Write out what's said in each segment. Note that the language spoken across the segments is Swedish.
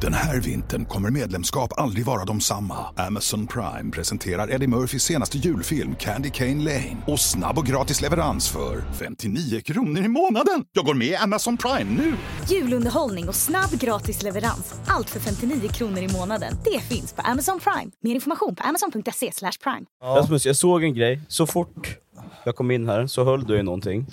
Den här vintern kommer medlemskap aldrig vara de samma. Amazon Prime presenterar Eddie Murphys senaste julfilm Candy Cane Lane. Och snabb och gratis leverans för 59 kronor i månaden. Jag går med i Amazon Prime nu! Julunderhållning och snabb gratis leverans. Allt för 59 kronor i månaden. Det finns på Amazon Prime. Mer information på amazon.se slash prime. Rasmus, jag såg en grej. Så fort jag kom in här så höll du i någonting.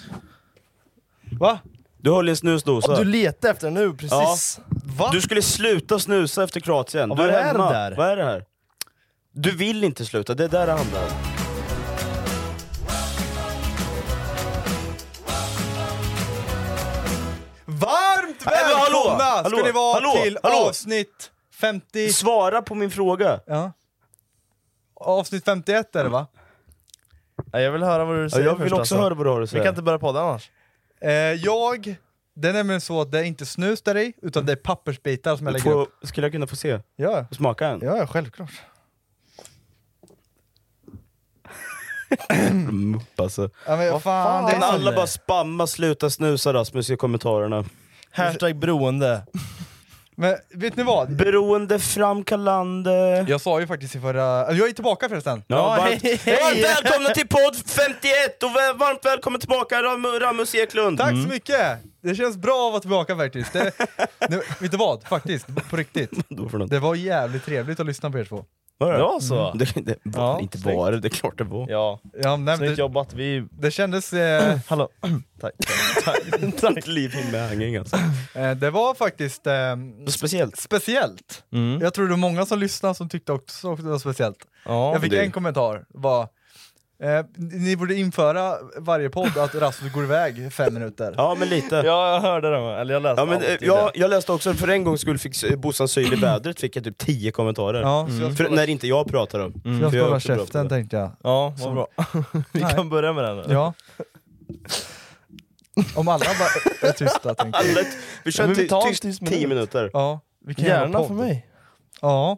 Va? Du höll i en snusdosa. Du letar efter den nu precis. Va? Du skulle sluta snusa efter Kroatien. Ja, du vad är det hemma. där? Vad är det här? Du vill inte sluta, det är där det handlar om. Varmt Nej, men hallå, välkomna hallå, ska ni vara hallå, till hallå. avsnitt 50... Svara på min fråga. Ja. Avsnitt 51 är det va? Ja, jag vill höra vad du Ja, säger jag vill först, också alltså. höra vad du har att Vi säga. kan inte börja podda annars. Eh, jag, det är nämligen så att det är inte snus där i, utan det är pappersbitar som jag lägger få, upp. skulle jag kunna få se? Ja, Och smaka en? Ja, ja, självklart. Mm, alltså. ja men Vad vad fan, fan? det är Kan så- alla bara spamma sluta snusa Rasmus i kommentarerna? Hashtag beroende. Men vet ni vad? Beroendeframkallande... Jag sa ju faktiskt i förra... Jag är tillbaka förresten. Ja, varmt, hej, hej. varmt välkomna till podd 51 och vä- varmt välkommen tillbaka Ram Rammus Eklund! Tack så mycket! Det känns bra att vara tillbaka faktiskt. Det, nu, vet du vad? Faktiskt, på riktigt. Mm. Då får du- Det var jävligt trevligt att lyssna på er två. Var det? Ja, så. Mm. Det, det, Ja, inte snyggt. var det, det är klart det var. Ja, Ja, nej, men snyggt det, jobbat. Vi... det kändes... Eh, Hallå. Tack. Tack. Tack liv med hanging alltså. eh, det var faktiskt eh, Speciellt. speciellt. Mm. Jag tror det var många som lyssnade som tyckte också att det var speciellt. Ja, jag fick det- en kommentar, var, eh, ni borde införa varje podd att Rasmus går iväg fem minuter. Ja men lite. Ja. Ja, jag hörde det. Eller jag läste men, eh, alltid det. jag, jag läste också, för en gång skulle fick eh, Bossan syl i vädret fick jag typ 10 kommentarer. Ja, så jag För, ska- när inte jag pratar om. så För jag ska är hålla också bra på käften Mm. det. tänkte jag. Ja, vad bra. Vi kan börja med den. Ja. Om alla bara är tysta tänkte jag. Alla, vi kör Ja, men vi ty, tar en tyst tyst 10 minut. minuter. Ja, vi kan göra Gärna podd. för mig. Ja,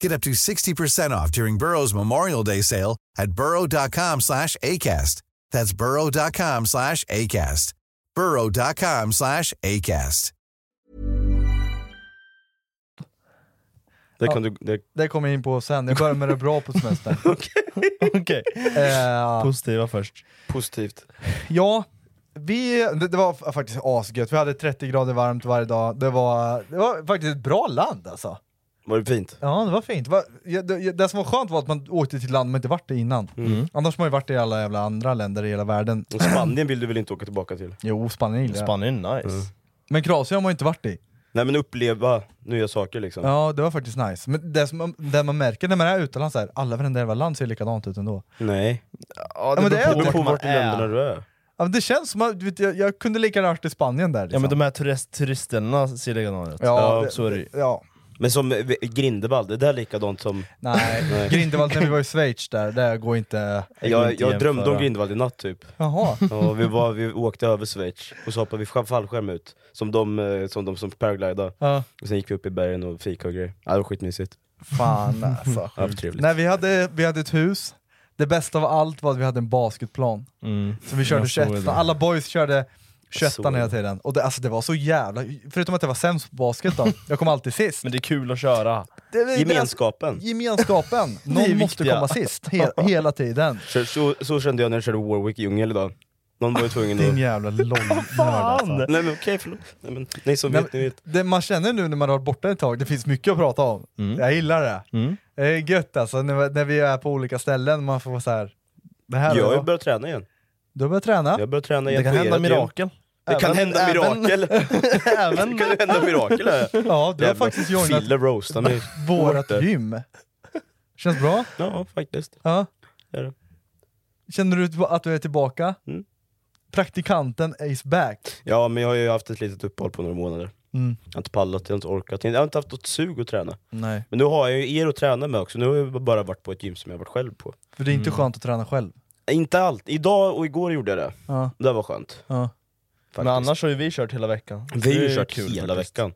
Get up to 60% off during Burrow's Memorial Day sale at burrow.com slash ACAST. That's burrow.com slash ACAST. burrow.com slash ACAST. Det kan du, det, det kommer jag in på sen, jag börjar med det bra på semestern. Okej. Eh, Positiva först. positivt. Ja, vi, det, det var f- faktiskt asgött. Vi hade 30 grader varmt varje dag. Det var, det var faktiskt ett bra land alltså. Var det fint? Ja, det var fint. Det, var, ja, det, det som var skönt var att man åkte till land men inte varit det innan. Annars har man ju varit i alla jävla andra länder i hela världen. Och Spanien vill du väl inte åka tillbaka till? Jo, Spanien gillar jag. Spanien, nice. Men Kroatien har man ju inte varit i. Nej men uppleva nya saker liksom. Ja, det var faktiskt nice. Men det, som, det man märker när man är utomlands är alla varenda jävla land ser likadant ut ändå. Nej. Ja, men det är Det beror vart på man vart typ- i länderna du är. liksom. Ja, men det känns som att du vet, jag, jag kunde lika gärna varit i Spanien där. Liksom. Ja men de här turist, turisterna ser likadana ut. Ja, det- så är det ju. Ja. Men som eh, Grindelwald, det där är likadant som... Nej, Nej. Grindelwald när vi var i Schweiz där, det går inte... Jag, inte jag drömde om jämföra. Grindelwald i natt typ. Jaha. Och vi, var, vi åkte över Schweiz, och så hoppade vi fra- fallskärm ut, som de eh, som, de som paraglidade. Ja. Och sen gick vi upp i bergen och fika och grejer. Ja, det var skitmysigt. Fan alltså. Ja, för trevligt. Nej, vi hade, vi hade ett hus. Det bästa av allt var att vi hade en basketplan. Mm. Så vi körde Jag såg 21 det. alla boys körde 21 såg hela det. tiden. Och det, alltså det var så jävla... Förutom att jag var sämst på basket då, jag kom alltid sist. Men det är kul att köra. Det- det- Gemenskapen. det- Gemenskapen! Någon måste viktiga. komma sist, he, hela tiden. Så, så, så kände jag när jag körde Warwick djungel idag. Någon var ju tvungen Din att... jävla långnörd alltså. Nej men okej, förlåt. Nej, men, ni som Nej, vet, ni vet. Det man känner nu när man har varit borta ett tag, det finns mycket att prata om. Jag gillar det. Mm. Det är gött alltså, när, när vi är på olika ställen, man får vara så här. Det här Jag har ju jag börjat träna igen. du har börjat träna? Jag börjar träna Det igen kan på hända ert gym. mirakel. Det kan Även- hända även- mirakel! Även- Det kan hända mirakel här. Ja, du har Jävla faktiskt joinat Fille roastar mig. vårat Åter. gym. Känns bra? Ja, faktiskt. Ja. Det är det. Känner du att du är tillbaka? Mm. Praktikanten is back. Ja, men jag har ju haft ett litet uppehåll på några månader. Mm. Jag har inte pallat, jag har inte orkat. Jag har inte haft något sug att träna. Nej. Men nu har jag ju er att träna med också. Nu har jag bara varit på ett gym som jag har varit själv på. För det är inte skönt att träna själv. Inte allt. Idag och igår gjorde jag det. Ja, Det var skönt. ja. Faktiskt. Men annars har ju vi kört hela veckan. Vi har Det ju är kört kul hela faktiskt. veckan.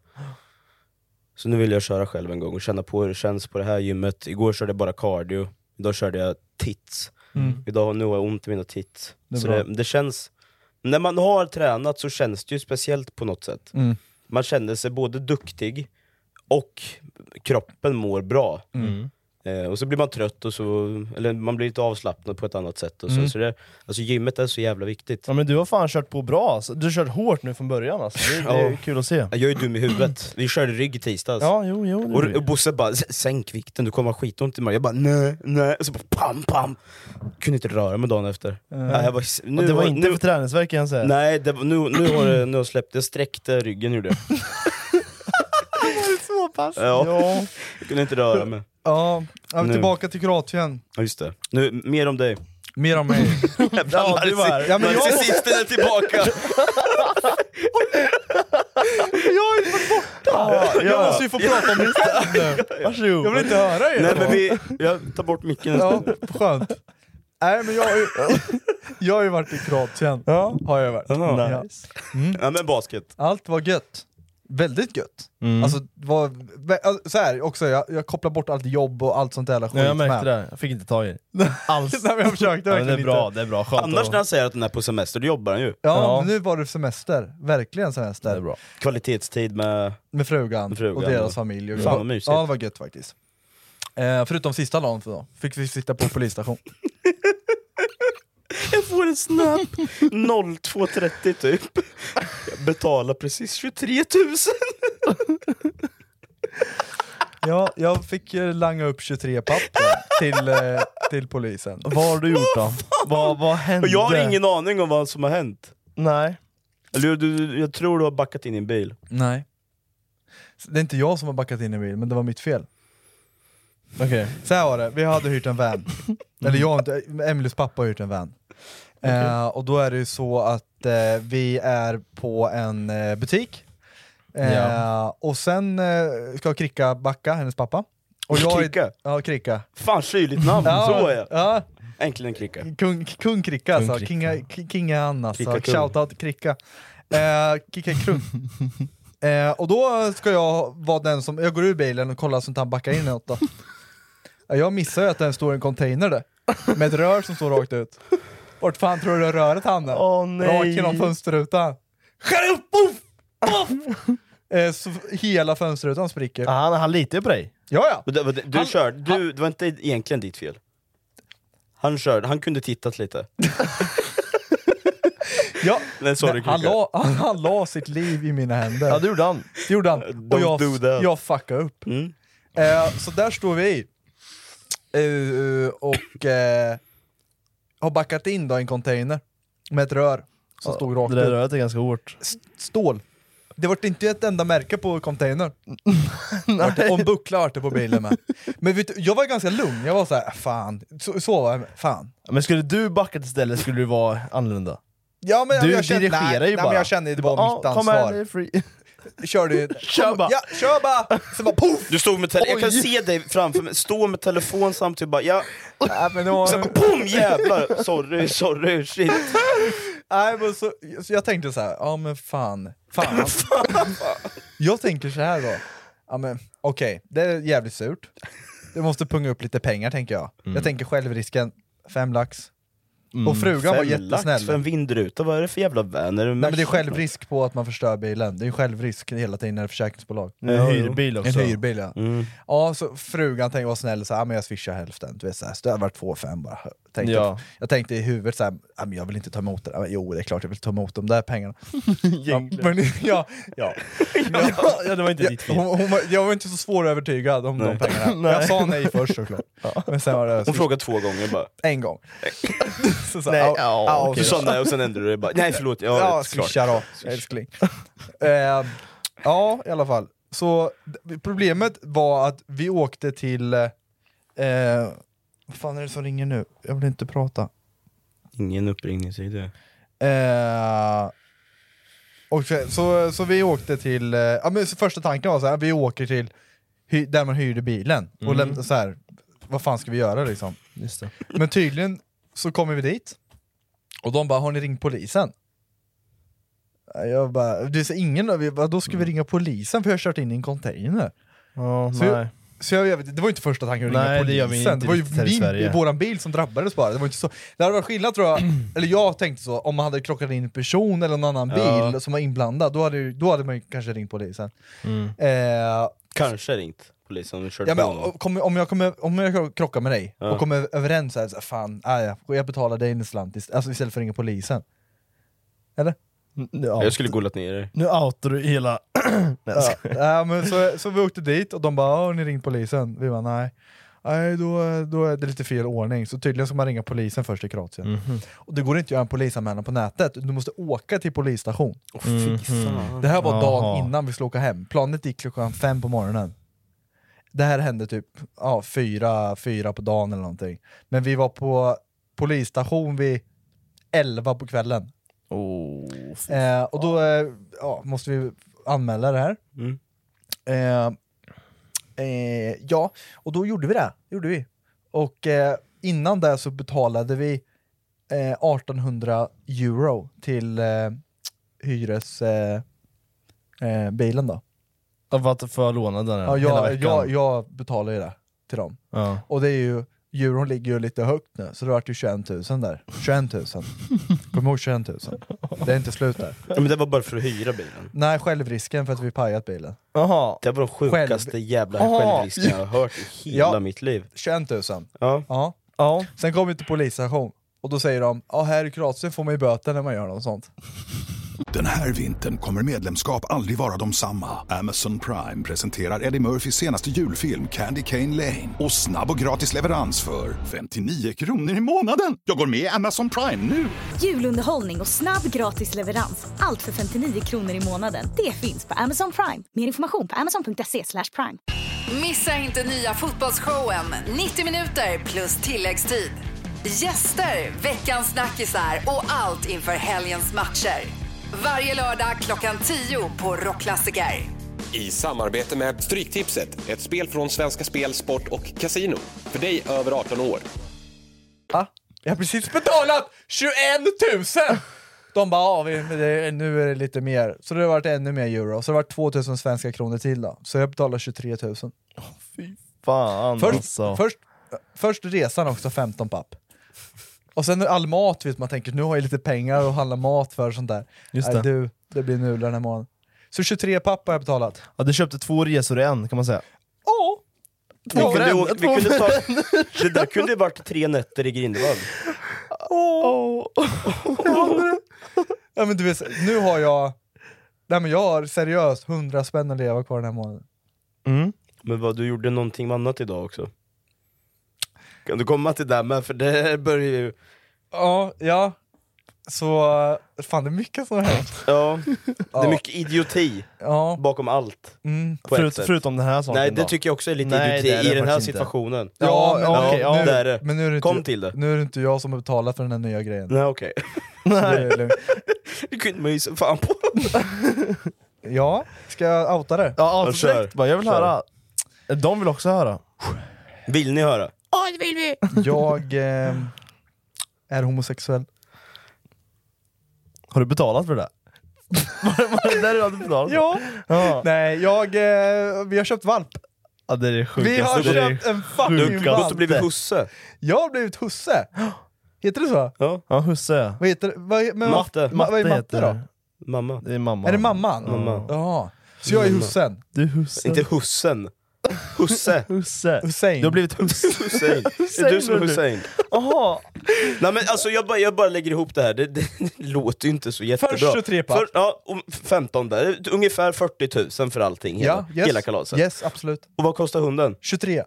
Så nu vill jag köra själv en gång och känna på hur det känns på det här gymmet. Igår körde jag bara cardio, idag körde jag tits. Mm. Idag, nu har jag ont i mina tits. är så bra. det, det känns... När man har tränat så känns det ju speciellt på något sätt. Mm. Man känner sig både duktig och kroppen mår bra. Eh, och så blir man trött, och så, eller man blir lite avslappnad på ett annat sätt. Och så. Så det, alltså gymmet är så jävla viktigt. Ja men du har fan kört på bra alltså. Du har kört hårt nu från början alltså. Det, det är Ja. kul att se. Jag är dum i huvudet, vi körde rygg i tisdags. Ja, jo, jo. det Och, blir det. och Bosse bara "S- 'sänk vikten, du kommer ha skitont i magen' Jag bara 'nej, nej' och så bara pam, pam! Kunde inte röra mig dagen efter. Nej, jag bara, "S- nu, Och det var har- inte nu, för träningsvärk kan jag säga. Nej, det, var- nu, nu har det, nu har jag släppt, jag sträckte ryggen gjorde jag. Så pass. Ja. Ja. jag kunde inte röra mig. ja. ja men Nu. tillbaka till Kroatien. Ja, just det. Nu, mer om dig. Mer om mig. Ja, du var här. Ja, men jag- Narcissisten är tillbaka! jag är för borta! Jag måste ju få prata om mitt nu. Varsågod. Jag vill inte höra er. Nej men vi, jag tar bort micken Ja, skönt. Nej men jag har ju, jag har ju varit i Kroatien. Ja. Har jag varit. Jaha. Ja. Ja men basket. Allt var gött. Väldigt gött. Mm. Alltså, det var, vä- alltså, så här, också, jag, jag kopplar bort allt jobb och allt sånt där jävla skit Ja, jag märkte med. det, jag fick inte tag i det. Alls. Nej, men jag försökte ja, men det är verkligen bra, inte. det är bra. Skönt Annars att- när han säger att den är på semester, då jobbar han ju. Ja, Ja. men nu var det semester. Verkligen semester. Det är bra. Kvalitetstid med... Med frugan, Med frugan, och ja. deras familj. Mm. Och Fan, vad mysigt. Ja, det var gött faktiskt. Eh, förutom sista dagen för då, fick vi sitta på polisstation. Jag får en snap 02.30 typ. Jag betalar precis 23 000. ja, jag fick eh, langa upp 23 papper till, eh, till polisen. Vad har du gjort då? vad, vad hände? Och jag har ingen aning om vad som har hänt. Nej. Eller hur, du, jag tror du har backat in i en bil. Nej. Det är inte jag som har backat in i bilen, men det var mitt fel. Okej. Så här var det, vi hade hyrt en van. Eller jag har inte, Emelies pappa har hyrt en van. Eh, och då är det ju så att eh, vi är på en eh, butik. Eh, Ja. Och sen eh, ska Kricka backa, hennes pappa. Och är- Kricka? Ja, Kricka. Fan kyligt namn, så är jag. Ja, Äntligen kricka. kung, kung Kricka alltså, Kricka. Kinga, Ki- Kinga Anna alltså, Kricka kung. shoutout Kricka. Eh, Kicka Krung. Eh, och då ska jag vara den som, jag går ur bilen och kollar så att han backar in något då. Ja, Jag missar ju att den står i en container där, med ett rör som står rakt ut. Vart fan tror du det röret hamnar? Åh, nej. Rakt genom fönsterrutan. Skär upp! Boff! Boff! Eh, så hela fönsterrutan spricker. Ah, Han, han litar ju på dig. Ja, ja. Men det- det- Du Han- körde, du, det var inte egentligen ditt fel. Han körde, han kunde tittat lite. ja. Nej sorry Nej, kricka. han, la, han, han la sitt liv i mina händer. Ja det gjorde han. Det gjorde han. Don't Och jag, do that. jag fuckade upp. Mm. Eh, så där står vi. Eh, och eh, har backat in då i en container med ett rör som stod rakt Det där ut. röret är ganska hårt. Stål. Det vart inte ett enda märke på containern. Vart det- Och en buckla vart det på bilen med. Men vet du, jag var ganska lugn, jag var så här, fan. Så, så var jag, med. fan. Men skulle du backat istället skulle du vara annorlunda. Ja, men, Du jag kände, dirigerar nej, nej, ju bara. men jag kände det var Ja, mitt kom här, ansvar. det är free. körde ju... Kör bara. Ja, kör bara! Sen bara poff! Du stod med tele- jag kan se dig framför mig, stå med telefon samtidigt bara ja, Nej men det var... sen bara boom jävlar! Sorry, sorry, shit. Nej, men så, så jag tänkte så här, ja men fan. fan. alltså. jag tänker så här då, ja men okej, det är jävligt surt. Det måste punga upp lite pengar tänker jag. Mm. Jag tänker självrisken, fem lax. och frugan var Fem lax jättesnäll. för en vindruta, vad är det för jävla vän? Är Nej men det är självrisk på att man förstör bilen, det är ju självrisk hela tiden när det är försäkringsbolag. En hyrbil också. Mm. En hyrbil ja. Ja, så frugan tänkte vara snäll, så här, ja, men jag swishar hälften. Du vet, så här, stövar 2,5 bara. Tänkte, Ja. Jag tänkte i huvudet så här, ja, men jag vill inte ta emot det. Ja, men Jo, det är klart jag vill ta emot de där pengarna. ja, men, ja, ja. Ja, ja, det var inte Ja, ditt fel. hon, hon var, jag var inte så svårövertygad om de pengarna. Jag sa nej först såklart. Men sen var det Hon frågade två gånger bara. en gång. så, så, Nej, ja, ja, ja, okej. Du ah, så- sa nej och sen ändrade du dig bara. Nej förlåt, ja, Ja, ja klart. swisha då, älskling. eh, ja, i alla fall. Så d- problemet var att vi åkte till... Eh, vad fan är det som ringer nu? Jag vill inte prata. Ingen uppringningssida. Eh, och så, så, så vi åkte till... Eh, ja, men så första tanken var så här, vi åker till hy, där man hyrde bilen. Och lämna, så här, vad fan ska vi göra liksom? Mm. Just det. Men tydligen så kommer vi dit, och de bara 'Har ni ringt polisen?' Jag bara, det är så ingen av er, vadå ska vi Mm. ringa polisen för jag har kört in i en container? Ja, Så jag, nej. så jag, jag vet, det var inte första tanken att ringa Nej, det gör polisen, vi det, inte var ju riktigt här i min, Sverige. våran bil som drabbades bara. Det, var inte så. det hade varit skillnad tror jag, eller jag tänkte så, om man hade krockat in en person eller en annan Ja. bil som var inblandad, då hade, ju- då hade man ju kanske ringt polisen. Mm. Eh, Kanske ringt polisen och kört Ja, men, på honom. om- om, om, jag kommer, om jag krockar med dig och kommer överens så här, så här, fan, ah, ja, jag betalar dig en slant ist- alltså, istället för att ringa polisen. Eller? Nu, Jag out, skulle golat ner dig. nu outar du hela... nej, jag Ja. skojar. ja, men så, så vi åkte dit och de bara "Ah, har ni ringt polisen?” Vi bara “nej”. Nej, då, då är det lite fel ordning. Så tydligen ska man ringa polisen först i Kroatien. Mhm. Och det går inte att göra en polisanmälan på nätet, du måste åka till polisstation. Åh fy fan. Det här var Jaha. dagen innan vi skulle åka hem. Planet gick klockan fem på morgonen. Det här hände typ ja, fyra, fyra på dagen eller någonting. Men vi var på polisstation vid elva på kvällen. eh, och då eh, ja, måste vi anmäla det här. Mm. Eh, eh, ja, och då gjorde vi det. Gjorde vi. Och eh, innan det så betalade vi eh, 1800 euro till eh, hyresbilen eh, bilen då. Ja, för att få låna den här Ja, hela jag, veckan. jag, jag betalar ju det till dem. Ja. Och det är ju, euron ligger ju lite högt nu, så det vart ju 21 000 där. 21 000. Kom ihåg 21 000. Det är inte slut där. Ja, men det var bara för att hyra bilen. Nej, självrisken för att vi pajat bilen. Jaha, Det var den sjukaste jävla Aha. självrisken jag har hört i hela Ja. mitt liv. 21 000. Ja. Ja. ja. Sen kom vi till polisstation, och då säger de ja här i Kroatien får man ju böter när man gör något sånt. Den här vintern kommer medlemskap aldrig vara de samma. Amazon Prime presenterar Eddie Murphys senaste julfilm Candy Cane Lane. Och snabb och gratis leverans för 59 kronor i månaden. Jag går med i Amazon Prime nu! Julunderhållning och snabb gratis leverans. Allt för 59 kronor i månaden. Det finns på Amazon Prime. Mer information på amazon.se slash prime. Missa inte nya fotbollsshowen 90 minuter plus tilläggstid. Gäster, veckans snackisar och allt inför helgens matcher. Varje lördag klockan 10 på Rockklassiker. I samarbete med Stryktipset, ett spel från Svenska Spel, Sport och Casino. För dig över 18 år. Va? Jag har precis betalat 21 000! De bara, ja, vi- men det- nu är det lite mer. Så det har varit ännu mer euro. Så det har varit 2 000 svenska kronor till då. Så jag betalar 23 000. fan Först, alltså. först, först resan också, 15 papp. Och sen all mat, vet man tänker, nu har jag lite pengar att handla mat för och sånt där. Just Nej, det. Du, det blir nudlar den här månaden. Så 23 papp har jag betalat. Ja, du köpte två resor i en kan man säga. Ja! Vi för kunde, en, åka, vi två kunde för ta, det där kunde ju varit tre nätter i Grindelwald. Ja, men du vet, nu har jag... Nej men jag har seriöst 100 spänn att leva kvar den här månaden. Men vad, du gjorde någonting annat idag också. Kan du komma till det där med? För det här börjar ju... Ja, ja. Så, fan det är mycket som har hänt. Ja, det är mycket idioti Ja, bakom allt. mm. På Förut, ett sätt. förutom den här saken Nej, det då. tycker jag också är lite Nej, det är idioti det i den här faktiskt inte. situationen. Ja, men- ja, okej, ja. nu, det är det. men nu är det Kom inte, till det. Nu är det inte jag som har betalat för den här nya grejen. Nej okej. Så det är lugnt. Det kunde man ju se fan på. Ja, ska jag outa det? Ja, outa direkt bara, jag vill höra. De vill också höra. Vill ni höra? Ja, det vill vi! Jag eh, är homosexuell. Har du betalat för det? Var det där du hade betalat? Ja. Nej, jag, eh, vi har köpt valp. Ja, det är det sjukaste. Vi har Det är köpt det en fucking sjukaste. valp. husse. Jag har blivit husse. Heter det så? Ja. Ja, husse. Vad heter vad, men, Matte. Vad, vad är matte heter då? det. Mamma. Det är mamma. Är det mamman? Mamma. Ja. Så jag är Mamma. hussen. Du är husse. Inte hussen. Husse. husse. Hussein. Du har blivit husse. Hussein. Det är du som är Hussein. Jaha. Nej men alltså jag bara, jag bara lägger ihop det här, det, det, låter ju inte så jättebra. Först 23 papp. För, ja, om 15 där. Ungefär 40 000 för allting, hela, Ja, yes. hela kalaset. Yes, absolut. Och vad kostar hunden? 23.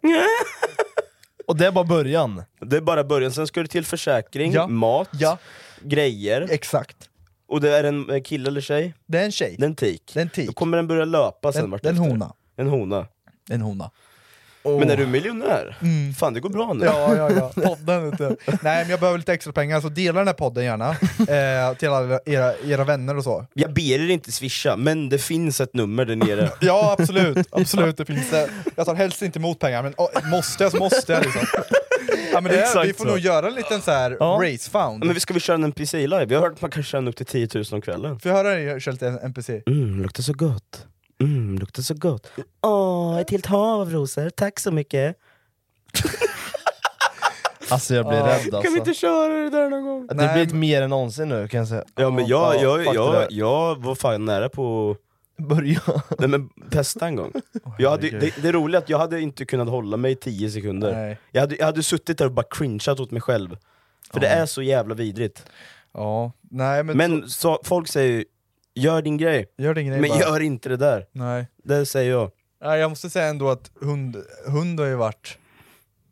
Och det är bara början. Det är bara början, sen ska det till försäkring, Ja. mat, Ja, grejer. exakt. Och det är en eh, kille eller tjej? Det är en tjej. Det är en tik. Det är en tik. Då kommer den börja löpa sen En, vart en efter. hona. En hona. En hona. Men är du miljonär? Fan det går bra nu. Oh. Ja, ja, ja. Podden vet du. Nej, men jag behöver lite extra pengar så dela den här podden gärna. Eh, till alla era, era vänner och så. Jag ber er inte swisha, men det finns ett nummer där nere. Ja, absolut. Absolut, det finns det. Jag tar helst inte emot pengar, men oh, måste jag så måste jag liksom. Ja, men det, Exakt vi får så. nog göra en liten så här Ja. race found. Men vi ska vi köra en NPC live? Jag har hört att man kan tjäna upp till 10 000 om kvällen. Får jag höra dig köra lite NPC? Mm, luktar så gott. Mm, luktar så gott. Åh, ett helt hav av rosor. Tack så mycket. Alltså jag blir rädd alltså. köra det där någon gång? Det Nej, blir men- mer än någonsin nu kan jag säga. Ja men jag, Ja, jag, fuck jag, det jag, där. var fan nära på Börja. Nej men pesta en gång. Jag hade, det, det roliga är att jag hade inte kunnat hålla mig i 10 sekunder. Nej. Jag hade, jag hade suttit där och bara cringeat åt mig själv. För det är så jävla vidrigt. Ja. Nej, men, Men så, folk säger ju, gör din grej, gör det ingen grej men bara. gör inte det där. Nej. Det säger jag. Nej, jag måste säga ändå att hund, hund har ju varit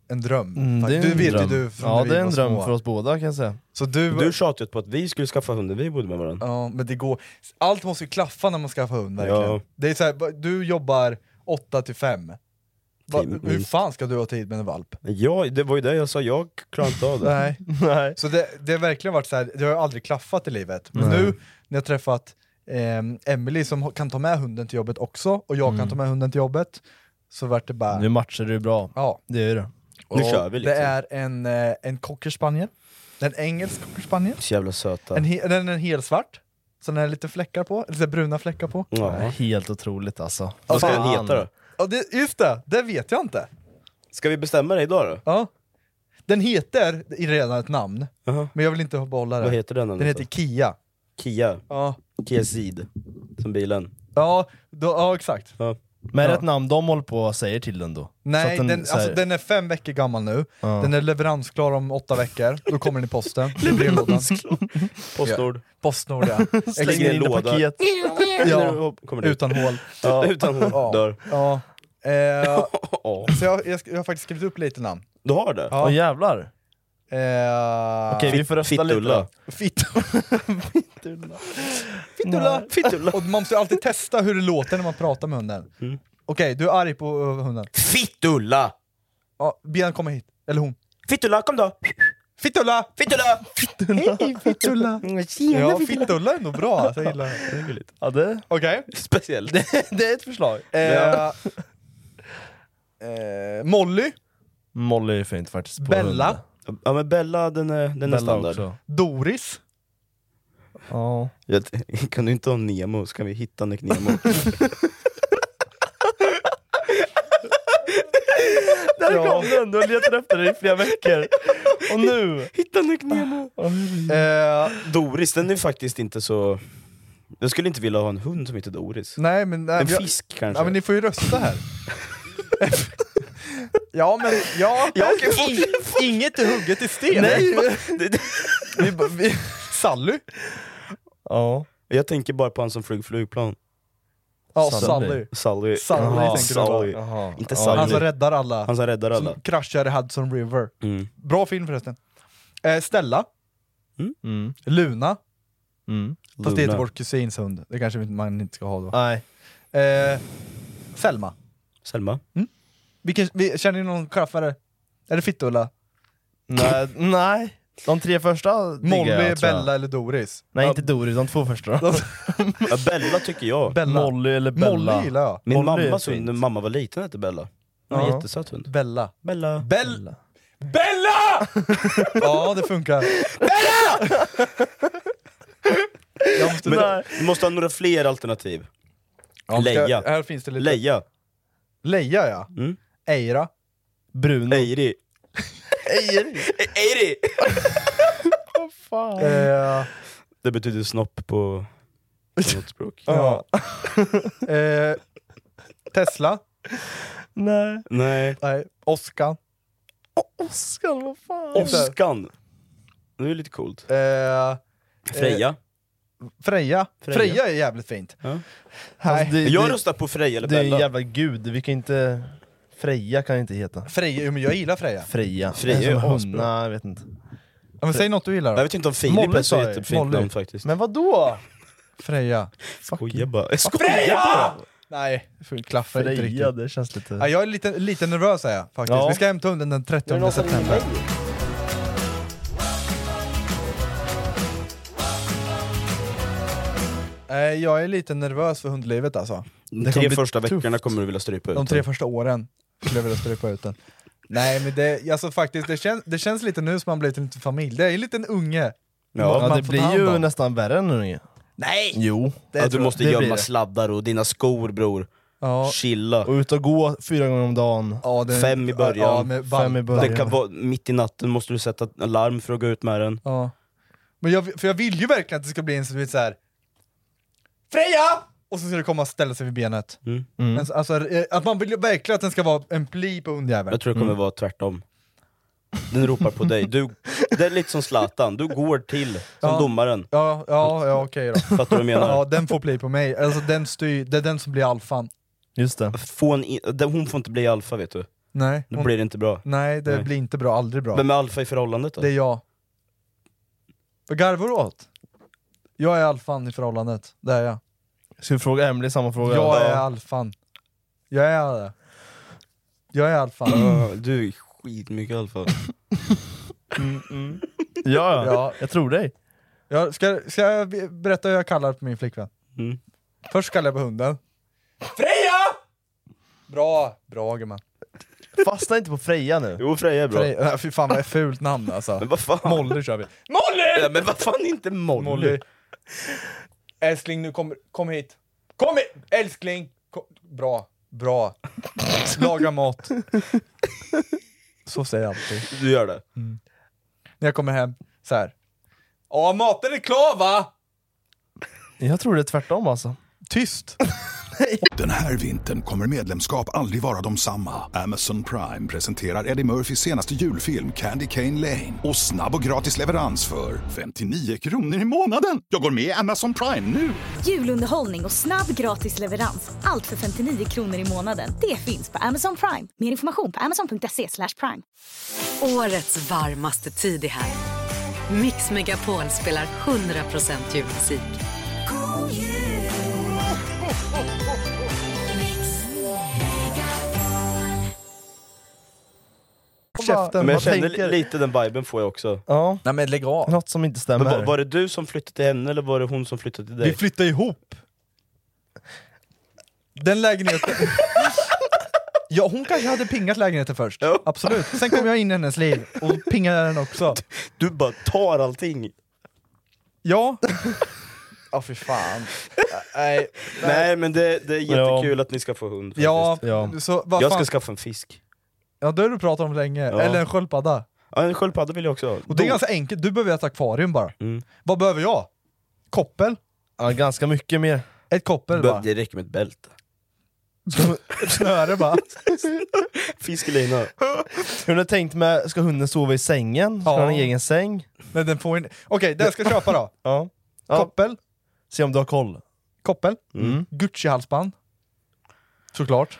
en dröm. Mm, faktiskt. en du vet dröm. ju du från Ja när vi det är en var dröm små. för oss båda kan jag säga. Så du, Du tjatade ju på att vi skulle skaffa hunden, vi bodde med varandra. Ja, men det går... Allt måste ju klaffa när man skaffar hund verkligen. Ja. Det är så här, ba- du jobbar 8 till 5. Va, Till mm. hur minst. fan ska du ha tid med en valp? Ja, det var ju det jag sa, jag klarar inte av det. Nej. Nej. Så det, det har verkligen varit så här, det har ju aldrig klaffat i livet. Men Nej. nu när jag träffat ehm, Emily som ho- kan ta med hunden till jobbet också, och jag Mm. kan ta med hunden till jobbet, så vart det bara... Nu matchar du bra. Ja. Det är ju det. Nu Och kör vi liksom. Det är en, eh, en cockerspaniel, en engelsk cockerspaniel, Så jävla söta. en, he- den är helt svart, så den är lite fläckar på, lite bruna fläckar på. Ja. Helt otroligt alltså. Vad ska den Fan. heta då? Ja, det, just det, det vet jag inte. Ska vi bestämma det idag då? Ja. Den heter redan ett namn, Jaha. men jag vill inte behålla det. Uh-huh. Vad heter den? den heter Kia. Kia. Ja, Kia Ceed. Som bilen. ja, då, ja exakt. Men är det Ja. ett namn de håller på och säger till den då? Så Nej, att den, så här- alltså, den är fem veckor gammal nu, Ja. den är leveransklar om åtta veckor, då kommer den i posten. i brevlådan. Postnord. Postnord ja. Slänger Exakt. in i paket. ja. Kommer det ut. Utan hål. Ja. Utan hon Ja. dör. Ja. Eh, Ja. så jag, jag, sk- jag har faktiskt skrivit upp lite namn. Du har det? Ja. Åh jävlar. Eh, Okej vi får rösta Fittulla. lite då. Fittula. Fittula. Fittula. Och man måste ju alltid testa hur det låter när man pratar med hunden. Mm. Okej, du är arg på eh, hunden. Fittulla! Ja, be den komma hit. Eller hon. Fittulla, kom då! Fittulla! Fittulla! Hej Fittulla! Ja, Fittulla är nog bra. alltså, Jag gillar det. Det är gulligt. Ja, det, Okej. Speciellt. det är ett förslag. Eh, eh, Molly, Molly är fint faktiskt. på Bella, hunden. Ja men Bella den är, den är Bella standard. också. Doris. Ja. Jag, t- kan du inte ha Nemo så kan vi hitta Nick Nemo. Där kom den! Du har letat efter den i flera veckor. Och nu! hitta Nick Nemo! Eh, Doris den är faktiskt inte så... Jag skulle inte vilja ha en hund som heter Doris. nej men... Nej, En jag- fisk kanske? Ja men ni får ju rösta här. ja men, ja. Jag kan få- In, inget är hugget i sten. Det- det- Vi, bara- vi, Sally? Ja. jag tänker bara på han som flög flygplan. Ja, Sally. Sally. Sally. Sally Jaha, tänker du på. Sally. Jaha. Inte Ja, Sally. Han som räddar alla. Han som räddar alla. Som kraschar i Hudson River. Mm. Bra film förresten. Eh, Stella, Mm. Luna, Mm. fast det heter Luna. vår kusins hund. Det kanske man inte ska ha då. Nej. Eh, Selma. Selma? Vilken, vi, känner ni någon chaufför? Är det Fittulla? Nej. Nej. De tre första diggar jag, Molly, tror jag. Bella eller Doris? Nej inte Doris, de två första då. Ja, Bella tycker jag. Bella. Molly eller Bella. Molly gillar jag. Min Molly är mammas hund, fint. när mamma var liten hette Bella. Hon var Ja. en jättesöt hund. Bella. Bella. Bell... Bella! Ja, det funkar. Jag måste- Men, du måste ha några fler alternativ. Ja, Äh, Leja. Här finns det lite... Leja. Leja ja. Mm. Eira. Bruno. Eiri. Eiri! Eh, Det betyder snopp på, på något språk. ja. eh, Tesla. Nej. Nej. Nej. Oskar. Oskar, vad fan. Oskan. Det är ju lite coolt. Eh, Freja. Freja. Freja. Freja. är jävligt fint. Ja. Nej. Alltså, det, Eh, Jag det, röstar på Freja eller det är en Bella. jävla gud, vi kan inte... Freja kan inte heta. Freja, jo, men jag gillar Freja. Freja. Freja Det är är som asbra. Hanna, jag vet inte. Ja, men säg något du gillar Jag då. vet inte om Filip Molly är så sa jag. jättefint Molly. namn faktiskt. Men vad då? Freja. Skoja bara. Jag Skojar bara! Nej, full klaffar inte riktigt. Freja, det känns lite... Ja, jag är lite, lite nervös är jag faktiskt. Ja. Vi ska hämta hunden den 30 september. Nej, Eh, jag är lite nervös för hundlivet alltså. De kommer tre bli första tufft. veckorna kommer du vilja strypa ut De tre den. första åren skulle jag vilja strypa ut den. Nej men det, alltså faktiskt, det, känns, det känns lite nu som man blivit en liten familj. Det är ju en liten unge. Ja, man får det ta blir hand ju om. nästan värre än unge. Nej! Jo. Det Ja, tror du jag. måste det blir gömma det. sladdar och dina skor bror. Ja, Chilla. Och ut och gå fyra gånger om dagen. ja, det- Fem i början. Ja, med valp. Fem i början. Det kan vara mitt i natten måste du sätta ett alarm för att gå ut med den. Ja. Men jag, för jag vill ju verkligen att det ska bli en så, du vet, så här. Freja! Och så ska det komma och ställa sig vid benet. Mm. Men så- Alltså, eh, att man vill ju verkligen att den ska vara en pli på hundjäveln. Jag tror det kommer vara tvärtom. Den ropar på dig. Du, det är lite som Zlatan, du går till som Ja. domaren. Ja, ja, ja okej då. Fattar du vad jag menar? Ja, den får pli på mig. Alltså, den styr, det är den som blir alfan. Just det. Få en i- den- hon får inte bli alfa vet du. Nej, Då hon, blir det inte bra. nej det Nej. blir inte bra. Aldrig bra. Vem är alfa i förhållandet då? Det är jag. Vad garvar du åt? Jag är alfan i förhållandet. Det är jag. Ska vi fråga Emily samma fråga? Jag är alfan. Jag är det. Jag är alfan. Ja, du är skitmycket alfa. ja, ja, Ja. jag tror dig. Jag ska, ska jag be- berätta hur jag kallar på min flickvän? Mm. Först kallar jag på hunden. Freja! Bra, bra gumman. Fastna inte på Freja nu. Jo Freja är bra. Freja, nej, fy fan vad fult namn alltså. Men vad fan? Molly kör vi. Ja, men vad fan inte Molly? Molly. Älskling nu kommer, kom hit. Kom hit! Älskling! Kom. Bra, bra. Laga mat. Så säger jag alltid. Du gör det? När jag kommer hem, så här. Ja, maten är klar va? Jag tror det är tvärtom alltså. Tyst. Den här vintern kommer medlemskap aldrig vara de samma. Amazon Prime presenterar Eddie Murphys senaste julfilm Candy Cane Lane. Och snabb och gratis leverans för 59 kronor i månaden. Jag går med i Amazon Prime nu! Julunderhållning och snabb gratis leverans. Allt för 59 kronor i månaden. Det finns på Amazon Prime. Mer information på amazon.se slash prime. Årets varmaste tid är här. Mix Megapol spelar 100% julmusik. Käften, Men jag vad känner tänker? lite den viben får jag också. Ja, Nej men lägg av. något som inte stämmer. Men var, var det du som flyttade till henne eller var det hon som flyttade till dig? Vi flyttar ihop. Den lägenheten... ja, hon kanske hade pingat lägenheten först. Ja. Absolut. Sen kom jag in i hennes liv och pingade den också. Du bara tar allting. Ja. Ja, fy fan. Nej. Nej men det, det är jättekul att ni ska få hund faktiskt. Ja, Ja. så vad Jag fan. ska skaffa en fisk. Ja, det har du pratat om länge. Eller en sköldpadda. Ja, en sköldpadda vill jag också ha. Och det är ganska enkelt, du behöver ett akvarium bara. Mm. Vad behöver jag? Koppel? Ja, ganska mycket mer. Ett koppel Bö- bara. det räcker med ett bälte. Ett snöre bara. Fiskelina. Hur har ni tänkt med, ska hunden sova i sängen? Ska Ja. han ha en egen säng? Nej, den får in... Okej, det jag ska köpa då. Ja. ja. Koppel, Se om du har koll. koppel, Mm. Gucci-halsband. Såklart.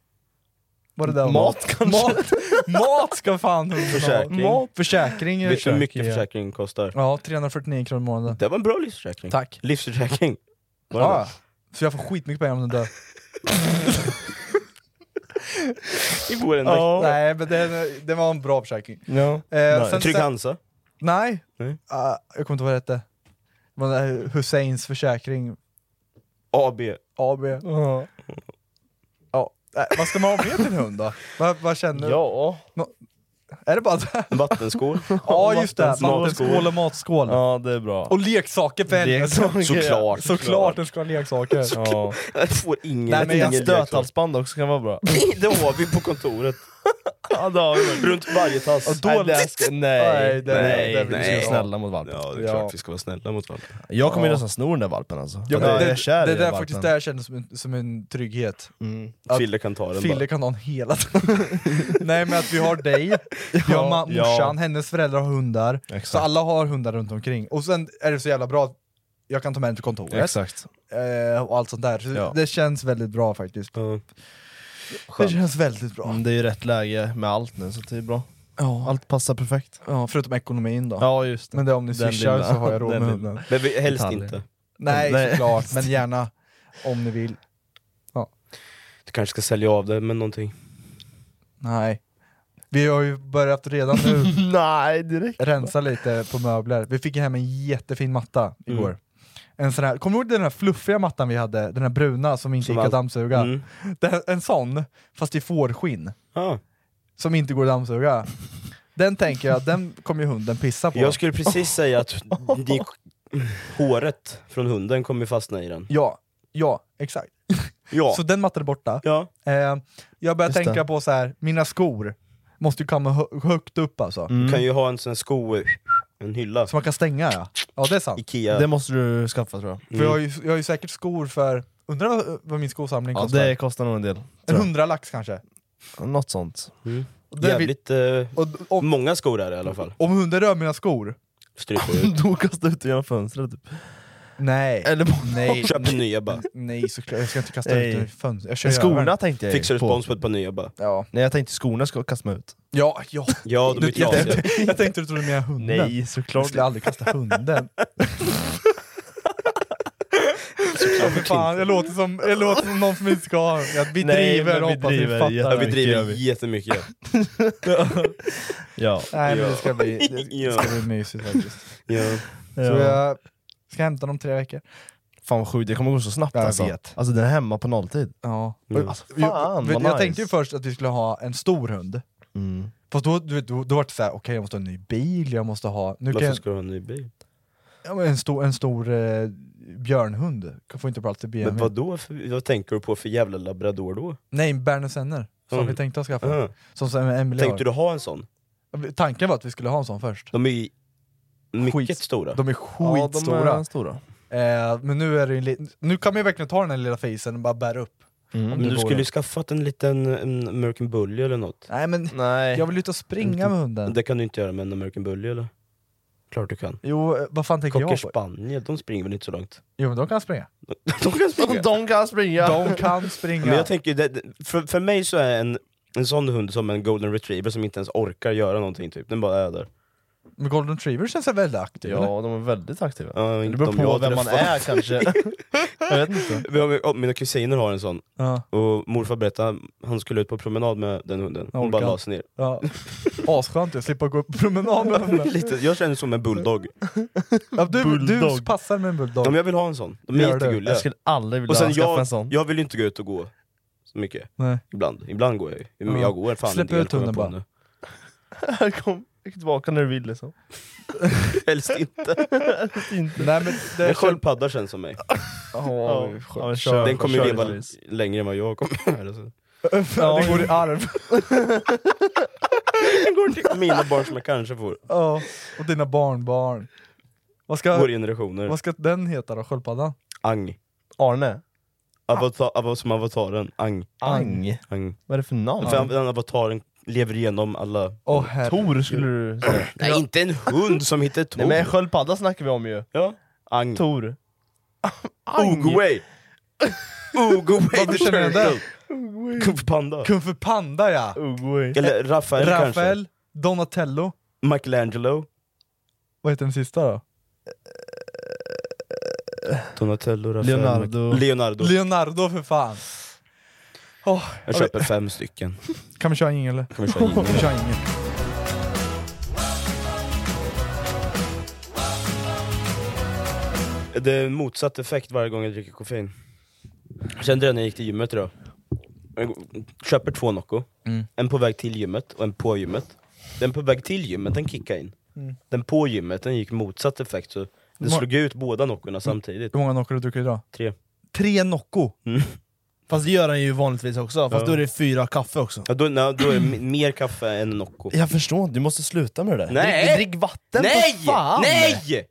Vad är det där? Mat kanske? Mat, mat ska fan hunden ha. Försäkring. Mat, försäkring. är Vet du hur mycket försäkring, försäkring ja. kostar? Ja, 349 kronor i månaden. Det var en bra livsförsäkring. Tack. Livsförsäkring. Var det Ja, så jag får skitmycket pengar om den dör. det? I varenda Nej, men det, det var en bra försäkring. Ja. Eh, sen- Trygg sen- Hansa. Nej, Nej. Ah, jag kommer inte ihåg vad det hette. Men det här Husseins försäkring, AB. AB. Ja. Ja. nej, vad ska man ha med till en hund då? Vad, vad känner du? Ja. Är det bara det? En vattenskål. Ja just det, Vattenskål. vattenskål och matskål. ja, det är bra. Och leksaker för helvete! Leksaker. Såklart. Såklart den ska ha leksaker. Ja. Jag får ingen... Nej, men ingen alltså. ett stöthalsband också kan vara bra. leksak. Det har vi på kontoret. ja, det har vi. Runt varje tass. Ja, då- Nej, det ska- nej, det- nej, det vill vi jag ska ha. vara snälla mot valpen. Ja, det är klart vi ska vara snälla mot varandra. Jag kommer ju nästan sno den där valpen alltså. Ja, För men jag det, är kär i det den där valpen. faktiskt där kändes som en, som en trygghet. Att- Fille kan ta den Fille bara. kan ha en hela tiden. Nej men att vi har dig, vi har ma- Ja. morsan, hennes föräldrar har hundar. Så Exakt. alla har hundar runt omkring. Och sen är det så jävla bra att jag kan ta med den till kontoret Exakt. eh, och allt sånt där. Så Ja. Det känns väldigt bra faktiskt. Ja. Det Skönt. känns väldigt bra. Mm, Det är ju rätt läge med allt nu, så det är bra. Ja. Allt passar perfekt. ja, förutom ekonomin då. Ja, just det. Men det är om ni Den swishar lilla- så har jag råd den med lilla. hunden. Men vi, helst Detaljer. inte. Nej, Nej. såklart, men gärna om ni vill. Du kanske ska sälja av det med någonting. Nej. Vi har ju börjat redan nu Nej, direkt. rensa lite på möbler. Vi fick ju hem en jättefin matta Mm. igår. En sån här, kommer du ihåg den här fluffiga mattan vi hade? Den här bruna som inte Som gick att allt- dammsuga? Mm. Den, en sån, fast i fårskinn, Ja. som inte går att dammsuga. Den tänker jag, den kommer ju hunden pissa på. Jag skulle precis säga att det, håret från hunden kommer fastna i den. Ja, ja, exakt. Ja. Så den mattan är borta. ja. Eh, jag börjar Just tänka det. på så här, mina skor måste ju komma hö- högt upp alltså. Du kan ju ha en sån här sko, en hylla. Så man kan stänga ja. Ja det är sant. Ikea. Det måste du skaffa tror jag. För jag har, ju, jag har ju säkert skor för, undrar vad, vad min skosamling Mm. Ja, kostar? det kostar nog en en del. tror jag. hundra lax kanske? Något sånt. det är vi- Jävligt... Eh, Och, om, många skor är det i alla fall. om hunden rör mina skor? Stryper ut. Då kastar du ut genom fönstret typ. Nej. Eller bara... Nej, Köper nya bara. nej såklart, jag ska inte kasta Nej. ut den i fönstret. Jag kör Men över Skorna den. tänkte jag ju Fixar respons på ett par nya bara. Ja. Nej jag tänkte skorna ska kastas med ut. Ja, ja. Ja, de är Du, jag, trasiga. tänkte, jag tänkte du trodde mer hunden. Jag såklart. skulle aldrig kasta hunden. Ja, för fan, jag låter, som, jag låter som någon som inte ska ha den. Vi Nej, driver men och vi hoppas vi driver, fattar. ja. Ja, vi det. gör driver vi. jättemycket. Ja. Nej men det ska bli, det Ja. ska bli mysigt faktiskt. Ja. Så jag ska hämta dem om tre veckor. Fan vad sjukt, det kommer gå så snabbt Jag alltså. vet. Alltså den är hemma på nolltid. Ja. Mm. Alltså, fan Jag, vad vet- jag nice. tänkte ju först att vi skulle ha en stor hund. Mm. Fast då, du vet, då, då var det såhär, okej jag måste ha en ny bil, jag måste ha... Nu kan Varför jag, ska du ha en ny bil? ja, men en stor, en stor eh, björnhund, kan får inte plats till Men BMW. vad då? För, vad tänker du på för jävla labrador då? Nej, en Berner Senner, som Mm. vi tänkte att skaffa. Mm. Som sen Emelie Tänkte du ha en sån? har. Tanken var att vi skulle ha en sån först. De är ju mycket Skit. stora. De är Ja, de skitstora. är stora. eh, men nu är det ju en li- Nu kan man ju verkligen ta den här lilla fejsen och bara bära upp. Mm. Men det du går skulle det. ju skaffat en liten en American Bully eller något. Nej men, Nej. jag vill ut och springa med hunden. Det kan du inte göra med en American Bully eller? Klart du kan. Jo, eh, vad fan tänker Cocker jag på? spaniel, de springer väl inte så långt? Jo men de kan springa. De kan springa! De kan springa! De kan springa. Men jag tänker, det- det, för, för mig så är en, en sån hund som en golden retriever som inte ens orkar göra någonting typ, den bara är där. Men Golden Retriever känns väl väldigt aktiv? Ja, eller? de är väldigt aktiva. Ja, det beror de jag på vem man träffar. är kanske. jag vet inte. Vi har- ja, Mina kusiner har en sån, Ja. och morfar berättade han skulle ut på promenad med den hunden, Ja, hon bara orkar. la sig ner. Ja. Asskönt, jag slipper gå upp på promenad med hunden. Lite, jag känner som en bulldog. Ja, du, du Bulldog. passar med en bulldog. De, jag vill ha en sån, de är Gör det. jättegulliga. Jag skulle aldrig vilja Och sen skaffa jag, en sån. jag vill ju inte gå ut och gå så mycket, Nej. ibland. Ibland går jag ju. Men Ja. jag går fan Släpp en del, ut kommer jag hunden på nu. bara. Jag... Kom tillbaka när du vill liksom. Helst inte. Nej, men det En sköldpadda känns som mig. Ja, ja, men kör, Den kommer ju kör leva det. längre än vad jag kommer göra. så. det går i arv. Den går till mina barn som jag kanske får. Ja. Och dina barnbarn. Vad ska, Vår generationer. vad ska den heta då, sköldpaddan? Ang. Arne? Avatar, av, som avataren. Ang. Ang? Ang. Vad är det för namn? För den avataren lever igenom alla... Åh herre. Tor skulle du säga. Nej, inte en hund som heter Tor! Nej men en sköldpadda snackar vi om ju. ja. Ang. Tor. Oogway! Oogway Varför the känner jag den? turtle! Kung fu panda. Kung Fu Panda ja! Ugui. Eller Rafael, kanske? Rafael, Donatello. Michelangelo? Vad heter den sista då? Donatello, Rafael... Leonardo. Leonardo. Leonardo för fan! Åh, jag köper fem stycken. kan vi köra en jingle eller? Kan vi köra in? Vi kör en jingle. Det är en motsatt effekt varje gång jag dricker koffein. Jag Kände det när jag gick till gymmet idag. Jag g- köper två Nocco, Mm. en på väg till gymmet och en på gymmet. Den på väg till gymmet, den kickade in. Mm. Den på gymmet, den gick motsatt effekt så det Ma- slog ut båda Noccorna Mm. samtidigt. Hur många Nocco du druckit idag? Tre. Tre Nocco! Mm. Fast det gör han ju vanligtvis också, fast Ja. då är det fyra kaffe också. Ja, då, nej, då är det m- mer kaffe än Nocco. Jag förstår inte, du måste sluta med det där. Nej! Drick, drick vatten Nej! för fan! Nej!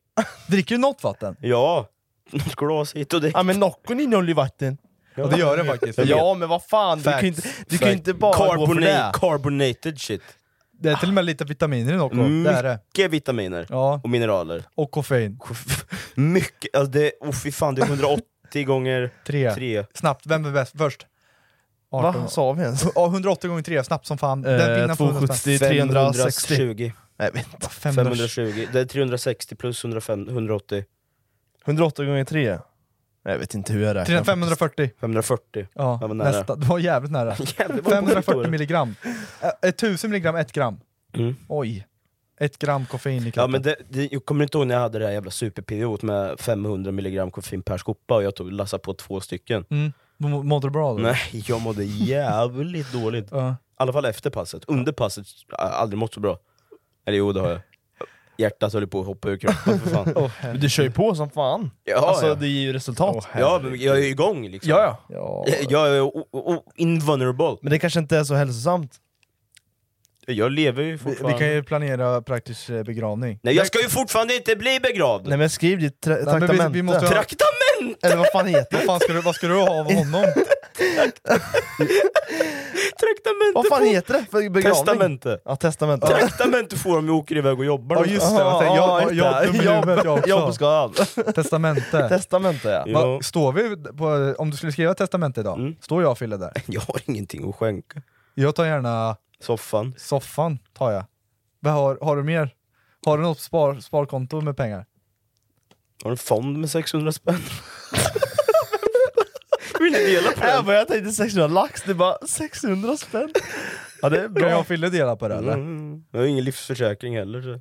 Dricker du något vatten? Ja, något glas hit och dit. Ja men Noccon innehåller ju vatten. Ja det gör det faktiskt. Ja men vad fan, du kan ju inte, du kan ju inte bara gå för Carbonate, det. carbonated shit. Det är till och med lite vitaminer i Nocco. Mm. Det är det. Mycket vitaminer Ja, och mineraler. och koffein. Mycket, alltså det, oh, fy fan det är 180 gånger Tre. 3. Snabbt, vem är bäst först? 18. Vad sa vi ens? Ja, 180 gånger 3, snabbt som fan. Eh, vinnaren får 270, 100 360. 520. Nej vänta. 520. Det är 360 plus 105, 180. 108 gånger 3. Jag vet inte hur jag räknar. 300, 540. 540. Ja, Jag var nära. nästa. Det var jävligt nära. Jävlar, vad sjukt 540 det var. milligram. Ä- eh, 1000 milligram, 1 gram. Mm. Oj. 1 gram koffein i Ja kroppen. men det, det, jag kommer inte ihåg när jag hade det här jävla super med 500 milligram koffein per skopa och jag tog lassade på två stycken. mm. Må- Mådde du bra då? Nej, jag mådde jävligt dåligt. I Ja. alla fall efter passet. Under passet, jag har aldrig mått så bra. Eller jo, det har jag. Hjärtat höll på att hoppa ur kroppen för fan. Men Du kör ju på som fan. Ja, alltså ja. det ger ju resultat. ja, men jag är ju igång liksom. ja, ja. Jag- Jag är o- o- invulnerable. Men det kanske inte är så hälsosamt. Jag lever ju Vi, fortfarande. vi kan ju planera praktisk eh, begravning. Nej jag ska ju fortfarande inte bli begravd! Nej men skriv ditt tra- men vi- vi traktamente. måste ha- Traktament! Eller vad fan heter Vad det? fan ska du, vad ska du ha av honom? Traktamente Vad fan får- heter det? För begravning? Testamente. Ja, testamente. Traktamente får de ju åker iväg och jobbar. Ja just det, jag, jag, jag, jag, just det. jag, jag, jag, jag också. Jobbskadad. Testamente. Testamente ja. Ja. Va, står vi på, om du skulle skriva ett testamente idag, Mm. står jag och Fille där? Jag har ingenting att skänka. Jag tar gärna Soffan. soffan, tar jag. Vad har, har du mer? Har du något spar, sparkonto med pengar? Har en fond med 600 spänn. Vill ni dela på Äh, den? vad jag tänkte 600 lax, det är bara 600 spänn. Ja det är Kan jag bra. och Fille dela på det eller? Mm. Jag har ingen livsförsäkring heller. Så.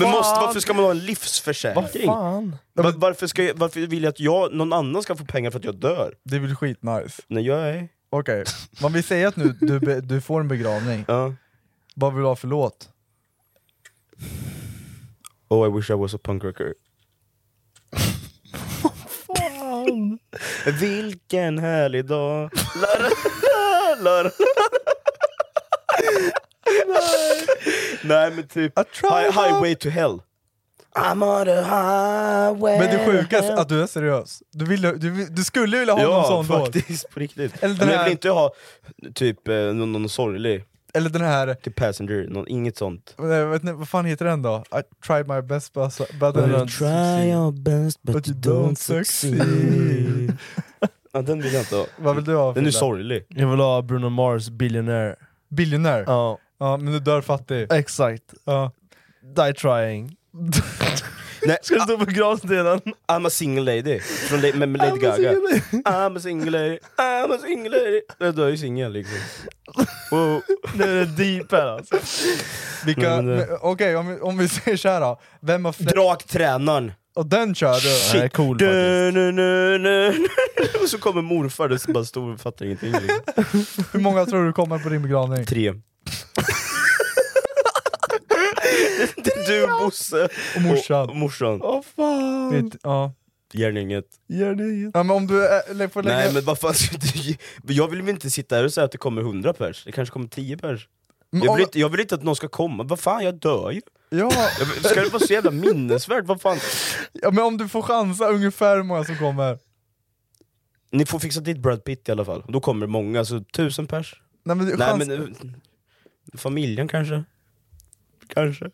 Men måste, varför ska man ha en Vad livsförsäkring? fan? Var, varför, ska jag, varför vill jag att jag, någon annan ska få pengar för att jag dör? Det är väl skitnice? När jag är... Okej, men vi säger att nu du, be, du får en begravning, Ja. vad vill du ha för låt? Oh I wish I was a punk rocker. Vilken härlig dag! La, la, la, la, la. Nej. Nej men typ, hi, highway to hell. I'm on the highway Men det sjukaste att du är seriös. Du, vill, du, vill- du skulle vilja ha någon Ja sån låt. faktiskt, på riktigt. Eller den Men jag här- vill inte ha typ eh, någon, någon sorglig, Eller den här, typ passenger, någon, inget sånt. eh, vet ni, vad fan heter den då? I tried my best but, but I don't Try your best but, But you you don't don't succeed. ja, den vill jag inte ha. Vad vill du ha? Den är Frida? sorglig. Jag vill ha Bruno Mars Billionaire. Billionaire? Ja. Ja, men du dör fattig. Exakt. Die trying. Nej. Ska du stå på gravstenen? I'm a single lady, från La- med med Lady Gaga. I'm a single lady, I'm a single lady. Jag dör ju singel liksom. Wow. Nu är det deep här alltså. Vilka, eh, men, Okej, om, vi- om vi säger såhär då. Vem har fler... Draktränaren! Och den kör du? Shit! Nej, cool faktiskt. du, nu, nu, nu. Och så kommer morfar, det är bara stor, fattar ingenting. Liksom. Hur många tror du kommer på din begravning? Tre. Det är du, Bosse Och morsan. och morsan. Åh fan. Vet- Ja. Gör ni inget. Gör det igen. ja, men om du äh, lä- får lägga... Nej men vad fan, ska du- jag vill väl inte sitta här och säga att det kommer 100 pers, det kanske kommer 10 pers. Men Jag Mm, om- vill, inte, jag vill inte att någon ska komma, vad fan jag dör ju. ja, Jag vill- Ska det vara så jävla minnesvärt? Vad fan? ja, men om du får chansa ungefär hur många som kommer. Ni får fixa dit Brad Pitt i alla fall, då kommer det många, så tusen pers. Nej men, du- Nej chans... men, eh, familjen kanske? Kanske.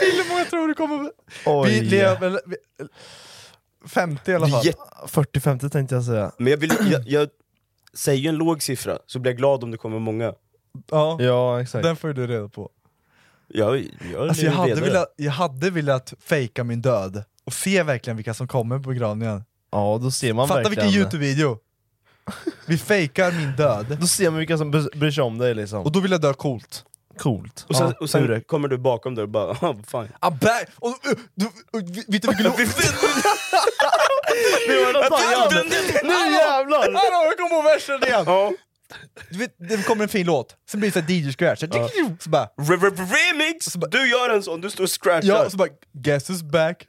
hur många tror du kommer? Oj. Vi lever... Vi... 50 i alla fall. Jätte- 40-50 tänkte jag säga. Men jag, vill, jag, jag säger ju en låg siffra, så blir jag glad om det kommer många. Ja, Ja, exakt. den får ju du reda på. Jag, jag, Alltså jag, hade redo. velat, jag hade velat fejka min död och se verkligen vilka som kommer på begravningen. Ja, då ser man Fatta verkligen. vilken youtube-video! Vi fejkar min död, Då ser man vilka som bry- bryr sig om dig liksom. och då vill jag dö coolt. coolt. Och sen, ja, och sen hur- kommer du bakom där och bara ah, vad fan. Abä! Och, och, och, vet du vilken låt... Nu är det fan jävlar. Nu jävlar! Hallå, jag kommer ihåg versen igen! Ja. Du vet, det kommer en fin låt, sen blir det såhär DJ-scratch, så, så bara... Re- re- Remix! Du gör en sån, du står och scratchar. Ja, så bara guess is back.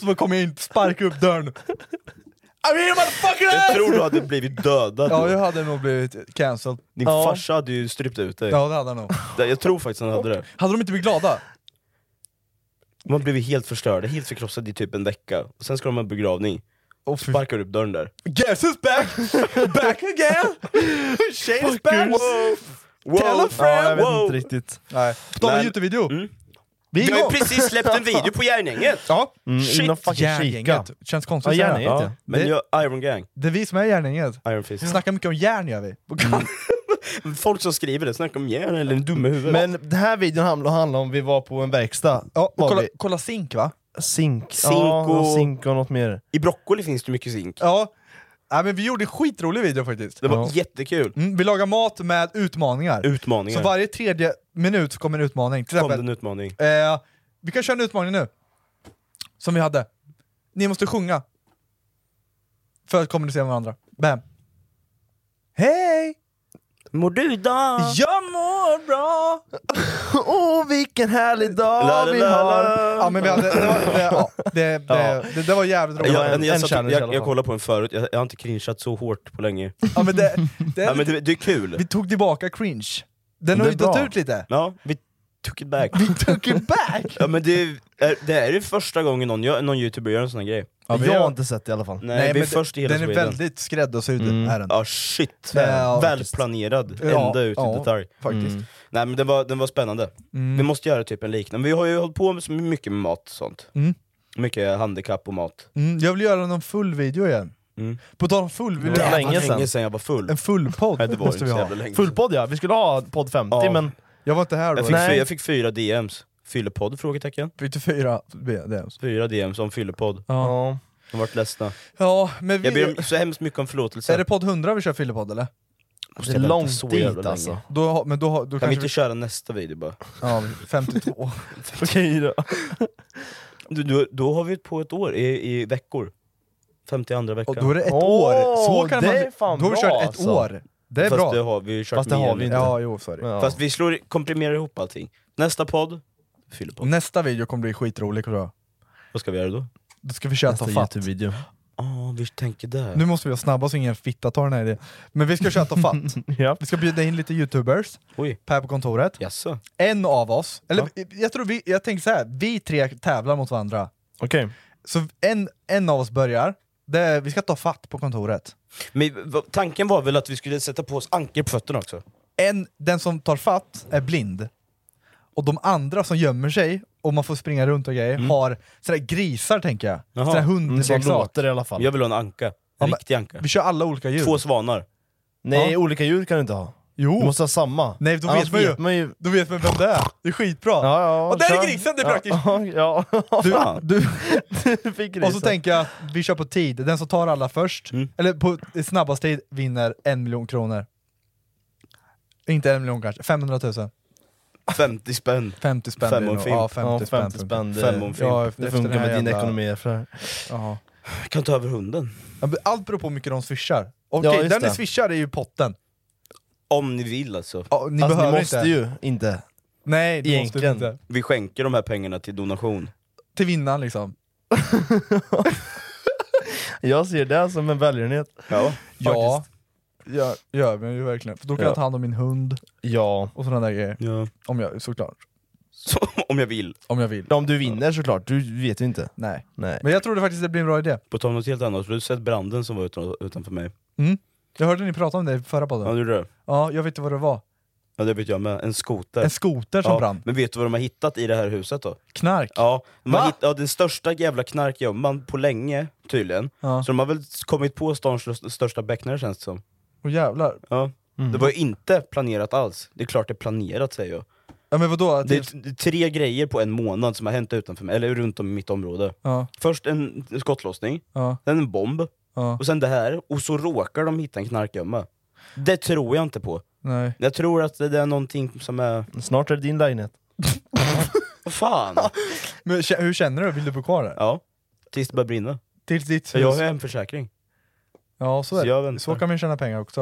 Så bara kommer jag in, sparkar upp dörren. I'm here Jag motherfucker! tror du hade blivit dödad. Ja, jag hade nog blivit cancelled. Din ja. farsa hade ju strypt ut dig. Ja, det hade jag nog. Det- Jag tror faktiskt han hade det. Hade de inte blivit glada? Man blev ju helt förstörd, helt förkrossad i typ en vecka. Och sen ska de ha en begravning. Och sparkar upp dörren där. Guess who's back! back again! Shane's back! Wow. Tell a friend! Ja, jag vet Wow. inte riktigt. Nej. På tal om Men- Youtube-video. Mm. Vi Du har ju igång! precis släppt en video på Järngänget! Ja. Mm, Shit, in och fucking kika. Järngänget. Känns konstigt Ja, att säga. järngänget ja. Ja, men Det- jag, Iron Gang, Det är vi som är Järngänget. Iron Fist. Vi snackar mycket om järn gör vi. Folk som skriver det snackar om järn eller en dumme huvud. Men den här videon handlar handlar om vi var på en verkstad. Ja, och Var kolla, vi. kolla zink va? Zink. Zink Ja, och- zink och något mer. I broccoli finns det mycket zink. Ja. Nej, men vi gjorde en skitrolig video faktiskt. Det var jättekul. Mm, vi lagar mat med utmaningar. Utmaningar. Så varje tredje minut så kommer en utmaning. Till kom det exempel, en utmaning. eh, vi kan köra en utmaning nu. Som vi hade. Ni måste sjunga. För att kommunicera med varandra. Bam. Hej! Mår du idag? Jag mår bra! Åh oh, vilken härlig dag La, la, vi la, har! la. Ja men vi hade, det, var, det, ja, det, Ja. det, det, det var jävligt roligt. Jag, en- jag, jag, en satt- challenge i alla jag, fall. jag kollade på en förut, jag, jag har inte cringeat så hårt på länge. Ja, men det, det, Ja, men det, det är kul. Vi tog tillbaka cringe. Den har Det är ju dött bra. ut lite. Ja, vi took it back. Took it back! Ja, men det, är, det är ju första gången någon, gör, någon youtuber gör en sån här grej. jag har inte sett det i alla fall. Nej, vi är men först i hela den är Sweden. Mm. väldigt skräddarsydd, är den. Ja shit, Ja, välplanerad, Ja, ända ut i ja, detalj. Mm. Faktiskt. Mm. Nej men den var, den var spännande. Vi måste göra typ en liknande, vi har ju hållit på med så mycket med mat och sånt. Mm. Mycket handikapp och mat. Mm, jag vill göra någon full video igen. Mm. På tal om full, vill Det du var ha länge sedan. Länge sen jag var full. en full podd? Nej, det var ju måste inte vi så ha. jävla länge sedan. Fullpodd ja, vi skulle ha podd 50 Ja. men Jag var inte här då. jag fick, Nej. fy- jag fick fyra DMs. Fyllepodd? Frågetecken. 44 DMs. Fyra DMs om fyllepodd. Ja. ja. De vart ledsna. ja, men Jag vi... ber om så hemskt mycket om förlåtelse. Är det podd 100 vi kör fyllepodd eller? det är vänta långt så dit jävla alltså. länge. Då, har- men då, har- då Kan vi kanske inte köra nästa video bara? Ja, 52. Okej då. Du, du, då har vi på ett år, i, i veckor. 52 veckan. Och då är det ett Åh, år! Så kan det man, är fan då har vi bra, kört ett alltså. år! Det är Fast bra. det har vi ju kört Fast det mer har vi nu. inte. Ja, jo, sorry. Ja. Fast vi slår, komprimerar ihop allting. Nästa podd, fyllepodd. Nästa video kommer bli skitrolig tror jag. Vad ska vi göra då? Då ska vi köra ta Nästa fatt. Youtube-video. Ja, vi tänker där. Nu måste vi vara snabba så ingen fitta tar den här idén. Men vi ska köra ta fatt. Ja. Vi ska bjuda in lite youtubers Oj, här på kontoret. jaså? En av oss, eller jag tror vi, jag tänker så här, vi tre tävlar mot varandra. Okej. Så en, en av oss börjar, det, är- vi ska ta fatt på kontoret. Men v- tanken var väl att vi skulle sätta på oss anker på fötterna också? En, den som tar fatt är blind. Och de andra som gömmer sig, och man får springa runt och grejer, har sådana grisar tänker jag. Jaha. Sådana Mm, som hundleksaker. låter i alla fall. Jag vill ha en anka. En men- riktig anka. Vi kör alla olika djur. Två svanar. Nej, Ja. olika ljud kan du inte ha. Jo. Du måste ha samma. Oh. Nej, då Annars vet man ju. vet man ju. Då vet man vem det är. Det är skitbra. Ja, ja, och där kör. är grisen, det är praktiskt. Ja, ja. Du, du, Fick och så grisen. tänker jag att vi kör på tid. Den som tar alla först, Mm. eller på snabbast tid, vinner en miljon kronor. Inte en miljon kanske, 500 000. 50 spänn. 50 spänn Fem blir om nog. film. Ja, 50 Ja, spänn. 50 spänn, det- Fem om film. Ja, Det efter funkar den här med din jävla- ekonomi. För det här. Jaha. Jag kan ta över hunden. Ja, men Allt beror på hur mycket de swishar. Okej, Ja, just den det. ni swishar är ju potten. Om ni vill alltså. Ja, ni Fast behöver ni måste inte. ju inte. Nej, det måste du Egentligen. inte. Vi skänker de här pengarna till donation. Till vinnaren liksom. Jag ser det som en välgörenhet. Ja. Ja, gör, gör vi ju verkligen. För då kan Ja. jag ta hand om min hund Ja. och sådana där grejer. ja. Om jag, såklart. Så, om jag vill. Om jag vill. Om du vinner såklart, du vet ju inte. Nej. Nej. Men jag trodde faktiskt det blir en bra idé. På tal om något helt annat, har du sett branden som var utan- utanför mig? Jag hörde ni prata om det i förra Ja, podden. du gjorde det? Ja, jag vet inte vad det var. Ja, det vet jag med. En skoter. En skoter som ja. brann. Men vet du vad de har hittat i det här huset då? Knark. Ja, de har Va? hitt- ja den största jävla knarkgömman på länge, tydligen. Ja. Så de har väl kommit på stans stö- största becknare känns det som. Och jävlar. Ja. Det var ju inte planerat alls. Det är klart det är planerat säger jag. Ja men vadå? Det är, Det... t- det är tre grejer på en månad som har hänt utanför mig, eller runt om i mitt område. Ja, Först en skottlossning, ja, sen en bomb, ja. och sen det här, och så råkar de hitta en knarkgömma. Det tror jag inte på. Nej. Jag tror att det är någonting som är... Snart är det din lägenhet. Vad fan! Men kä- hur känner du? Vill du bo kvar där? Ja, tills det börjar brinna. Tills ditt För jag har hus? ju en försäkring. Ja, så Så jag är det. väntar. Så kan man tjäna pengar också.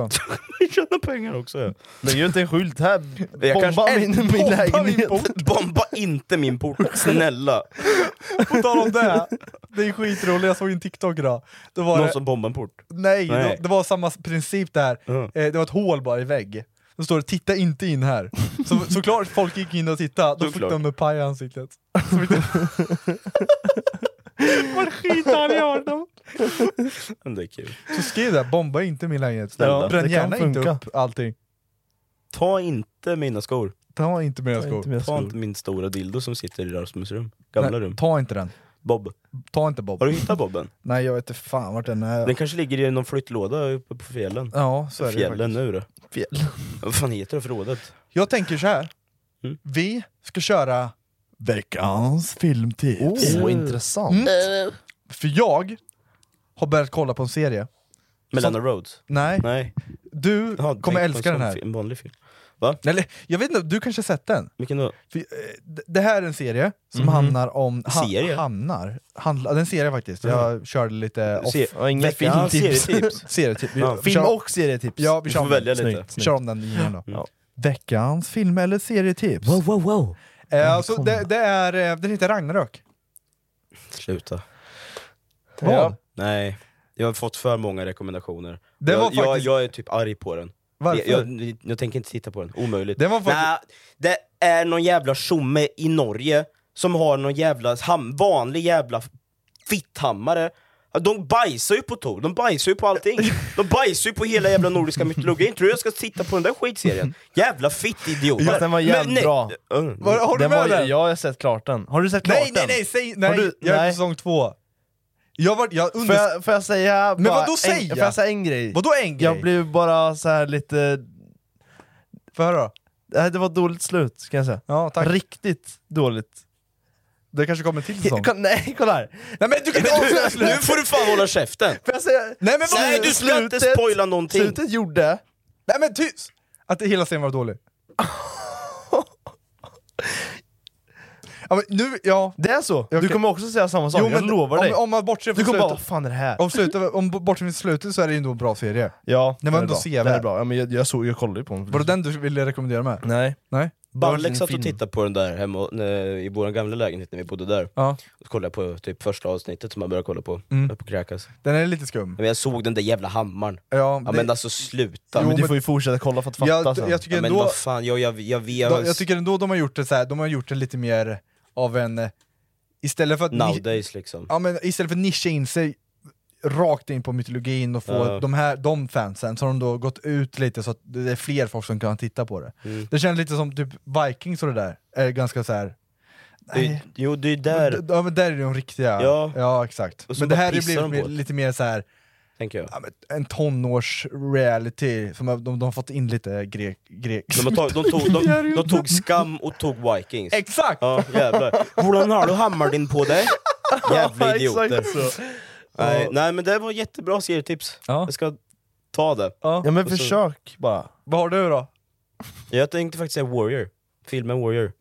Jag tjänar pengar också. Ja. Det är ju inte en skylt här. Jag Bomba kanske- min, min Bomba lägenhet. min port. Bomba inte min port, snälla! På tal om det, det är skitroligt. Jag såg en TikTok idag. Då var Någon det... som bombar en port. Nej, Nej. Det, det var samma princip där. Ja. Eh, det var ett hål bara i vägg. Då står det 'titta inte in här' så, Såklart folk gick in och tittade, då fick Såklart. de en paj i ansiktet. Så fick de- Vad skitarg jag dem. Men det är kul. Så skriv det, bomba inte min lägenhet. Snälla, Bränn det kan gärna inte funka. upp allting. Ta inte mina skor. Ta inte mina skor. Inte mer Ta skor. inte min stora dildo som sitter i Rasmus rum. Gamla Nej, rum. ta inte den. Bob. Ta inte Bob. Har du hittat Bobben? Nej jag vet inte fan vart den är. Den kanske ligger i någon flyttlåda uppe på fjällen. Ja, så är det Fjällen faktiskt. nu då. Fjäll. Vad fan heter det förrådet? Jag tänker så här. Mm. vi ska köra veckans filmtips. Oh. Så intressant. För jag har börjat kolla på en serie. Melana Rhodes? Nej, Nej. Jaha, du kommer tänk på älska en den sån här. fi- En vanlig film. Eller, jag vet inte, du kanske har sett den? Vilken då? För, eh, d- det här är en serie som Mhm. handlar om... Serie? Hamnar? Handla, den serie faktiskt, jag körde lite off. Se, Mhm. Ja, inga veckans filmtips. serietips. Serietyp. Vi, Ja, vi Film kör- och serietips. Ja, vi Du kör får om välja den. lite. Snyggt. Vi kör om den igen då. Ja. Veckans film eller serietips? wow, wow. Eh, så det, det är, eh, den heter Ragnarök. Sluta. Vad? Ja. Nej. Jag har fått för många rekommendationer. Det jag, var faktiskt- jag, jag är typ arg på den. Varför? Jag, jag, jag tänker inte titta på den, omöjligt. Den var faktiskt- Nä, det är någon jävla tjomme i Norge som har någon jävla ham, vanlig jävla fitthammare. De bajsar ju på Tor, de bajsar ju på allting. De bajsar ju på hela jävla nordiska mytologin. Tror du jag ska titta på den där skitserien? Jävla fittidioter. Fast den var jävligt bra. Mm. Var, har du Den med var, den? jag har sett klart den. Har du sett klart nej, nej, den? nej, säg Har nej! du- jag är nej. på säsong två. Jag var, jag Får under... jag, får jag säga Men bara vadå En, säga? får jag säga en grej? Vadå en grej? Jag blev bara så här lite... Får jag höra då? Nej, Det var ett dåligt slut, ska jag säga. Ja, tack. Riktigt dåligt. Det kanske kommer en till säsong. Ko- Nej, kolla här! Nej men du kan Men inte avslöja du, nu slutet! får du fan hålla käften! Får jag säga? Nej men vad Nej du ska inte spoila någonting! Slutet gjorde... Nej men tyst! Att det hela serien var dålig. ja, men nu, ja. Det är så! Du Okej. kommer också säga samma sak, jag lovar om, dig. Om man bortser du från kommer bara, vad slutet, fan är det här? om, slutet, om bortser från slutet så är det ju ändå en bra serie. Ja, Den var är ändå bra. sevärd. Den är bra. Ja, men jag, jag, såg, jag kollade ju på den. Var det den du ville rekommendera med? Nej. Nej? Alex satt film. och tittade på den där hemma eh, i vår gamla lägenhet när vi bodde där. Ja. Och kollade på typ första avsnittet som man började kolla på, Mm. höll på att kräkas. Den är lite skum. Men jag såg den där jävla hammaren. Ja, Ja det- men alltså sluta! Jo, men du men- får ju fortsätta kolla för att fatta jag, sen. jag tycker ja, men ändå... vad fan, jag, jag, jag, jag, De, jag tycker ändå de har gjort det så här. de har gjort den lite mer av en... eh, Istället för att, ni, nowadays liksom. ja, men istället för att nischa in sig rakt in på mytologin och få Ja. de, här, de fansen, så har de då gått ut lite så att det är fler folk som kan titta på det. Mm. Det känns lite som typ Vikings och det där, är ganska så här. Det, jo det är där, D- Ja men där är de riktiga, Ja. ja exakt. Och så Men det bara här är pissar blivit de på mer, det. lite mer så här. tänker jag. En tonårs-reality, som har- de, de har fått in lite grek... grek. De, har tag, de, tog, de, de tog Skam och tog Vikings. Exakt! Ja, jävlar. Hvordan har du hammaren på dig? Jävla idioter. Exakt alltså. så. Nej, nej men det var jättebra serietips. Jag ska ta det. Ja, men Och så- försök bara. Vad har du då? Jag tänkte faktiskt säga Warrior. Filmen Warrior.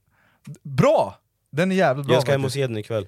Bra! Den är jävligt bra jag ska hem och faktiskt. se den ikväll.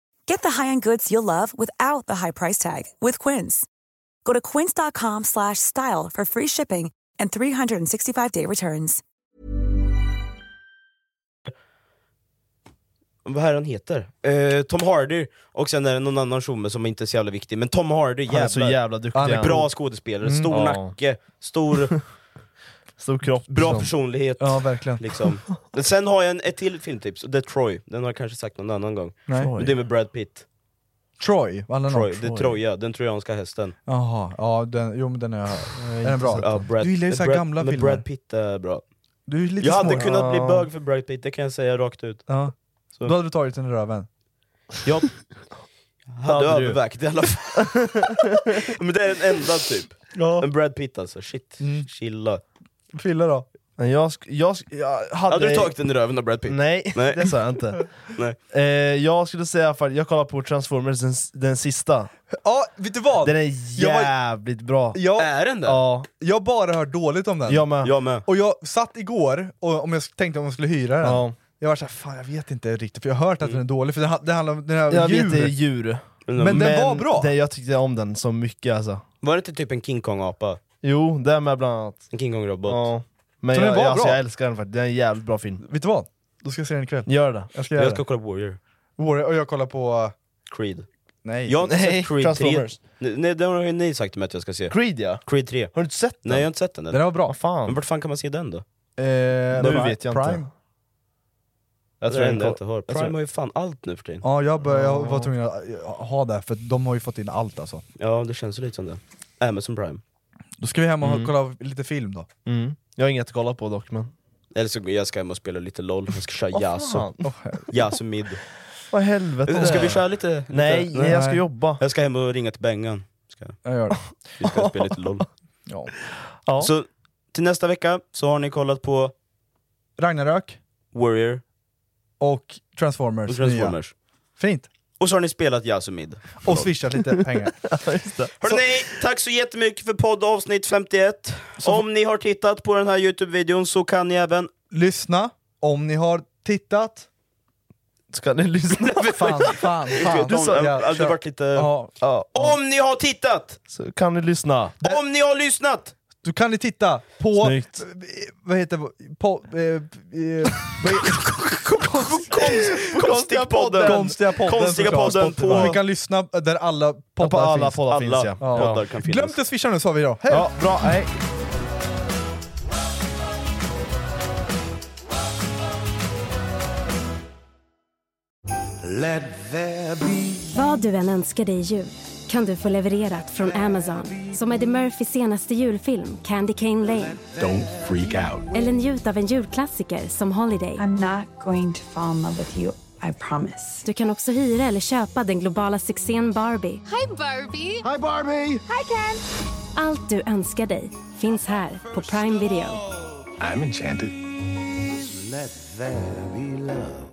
Get the high-end goods you'll love without the high price tag with Quince. Go to quince.com slash style for free shipping and 365-day returns. Vad är han heter? Eh, Tom Hardy, och sen är det någon annan tjomme som inte är så jävla viktig, men Tom Hardy, Han är så jävla duktig, Han är han. bra skådespelare, Mm. stor Ja. nacke, stor... Stor kropp. Bra personlighet. Ja, verkligen. Liksom. Men sen har jag en, ett till filmtips, och det är Troy. Den har jag kanske sagt någon annan gång. Nej. Men det är med Brad Pitt. Troy? Vad handlar den om? Troy. Det är Troja, den trojanska hästen. Jaha, ja den, jo men den är, är den bra? Ja, Brad, du gillar ju men så här Brad- gamla men filmer. Brad Pitt är bra. Du är lite jag hade smål. kunnat bli Ja. bög för Brad Pitt, det kan jag säga rakt ut. Ja. Så. Då hade du tagit den i röven. Jag hade Hade du? övervägt i alla fall. Men det är den enda typ. Men Brad Pitt alltså, shit. Chilla. Fille då? Men jag, sk- jag, sk- jag hade... Hade, du tagit den i röven av Brad Pitt? Nej, Nej. det sa jag inte. Nej. Eh, jag skulle säga för jag kollar på Transformers, den, s- den sista. Ja, vet du vad? Den är Jag var- jävligt bra. Jag, Är den det? Ja, jag bara hört dåligt om den. jag med. Jag med. Och jag satt igår och om jag sk- tänkte om jag skulle hyra den. Ja. Jag var såhär, fan jag vet inte riktigt, för jag har hört att den är dålig, för den, ha- den handlar om den här Jag djur. vet det är djur. Men den var bra! Det, jag tyckte om den så mycket alltså. Var det inte typ en King Kong-apa? Jo, det med bland annat. En King Kong-robot? Ja. Men Så jag, den var jag, alltså, bra? jag älskar den faktiskt, det är en jävligt bra film. Vet du vad? Då ska jag se den ikväll. Gör det. Jag ska göra Jag ska kolla på Warrior. det. Warrior- Och jag kollar på... Creed. Nej. Jag har inte Nej, sett Creed 3. Transformers. Nej, nej, det har ju ni sagt till mig att jag ska se. Creed ja. Creed 3. Har du inte sett den? Nej jag har inte sett den Den än. här var bra. Vad fan. Men vart fan kan man se den då? Eh, Nu Prime- vet jag Prime. inte. Jag det tror är det den enda jag kom... inte har. tror- Prime har ju fan allt nu för tiden. Ja, jag, bör, jag var tvungen att eh, ha det, för de har ju fått in allt alltså. Ja det känns ju lite som det. Amazon Prime. Då ska vi hem och Mm. kolla lite film då. mm. Jag har inget att kolla på dock men... Eller så jag ska hem och spela lite LOL, jag ska köra Yasu. Fan. Åh, Yasu mid. Vad helvete. Alltså. Ska vi köra lite? lite- Nej, nej, jag ska jobba. Jag ska hem och ringa till Bengan. Ska, jag. Jag gör det. vi ska spela lite LOL. Ja. Ja. Så till nästa vecka så har ni kollat på Ragnarök Warrior och Transformers. och Nya. Transformers. Fint. Och så har ni spelat Yasu mid. Och swishat lite pengar. Hörrni, tack så jättemycket för podd avsnitt 51. Om ni har tittat på den här Youtube-videon så kan ni även... Lyssna om ni har tittat. Ska ni lyssna? Fan, fan, fan. Du sa- Ja, ja, det kör. vart lite... Ja. ja. Om ni har tittat! Så kan ni lyssna. Om ni har lyssnat! Då kan ni titta på... Snyggt. eh, Vad heter det? På, eh, eh, vad heter- Konstiga podden. Konstiga podden. Konstiga såklart. podden på- Och Ni kan lyssna där alla poddar På alla finns. poddar finns Alla ja. poddar kan ja. Glöm finnas. inte swisha nu sa vi då. Hej! Ja, bra, hej. Vad du än önskar dig i jul kan du få levererat från Amazon. Som Eddie Murphys senaste julfilm Candy Cane Lane. Don't freak out. Eller njut av en julklassiker som Holiday. I'm not going to fall in love with you, I promise. Du kan också hyra eller köpa den globala succén Barbie. Hi Barbie! Hi Barbie! Hi Ken! Allt du önskar dig finns här på Prime Video. I'm enchanted. Let there be love.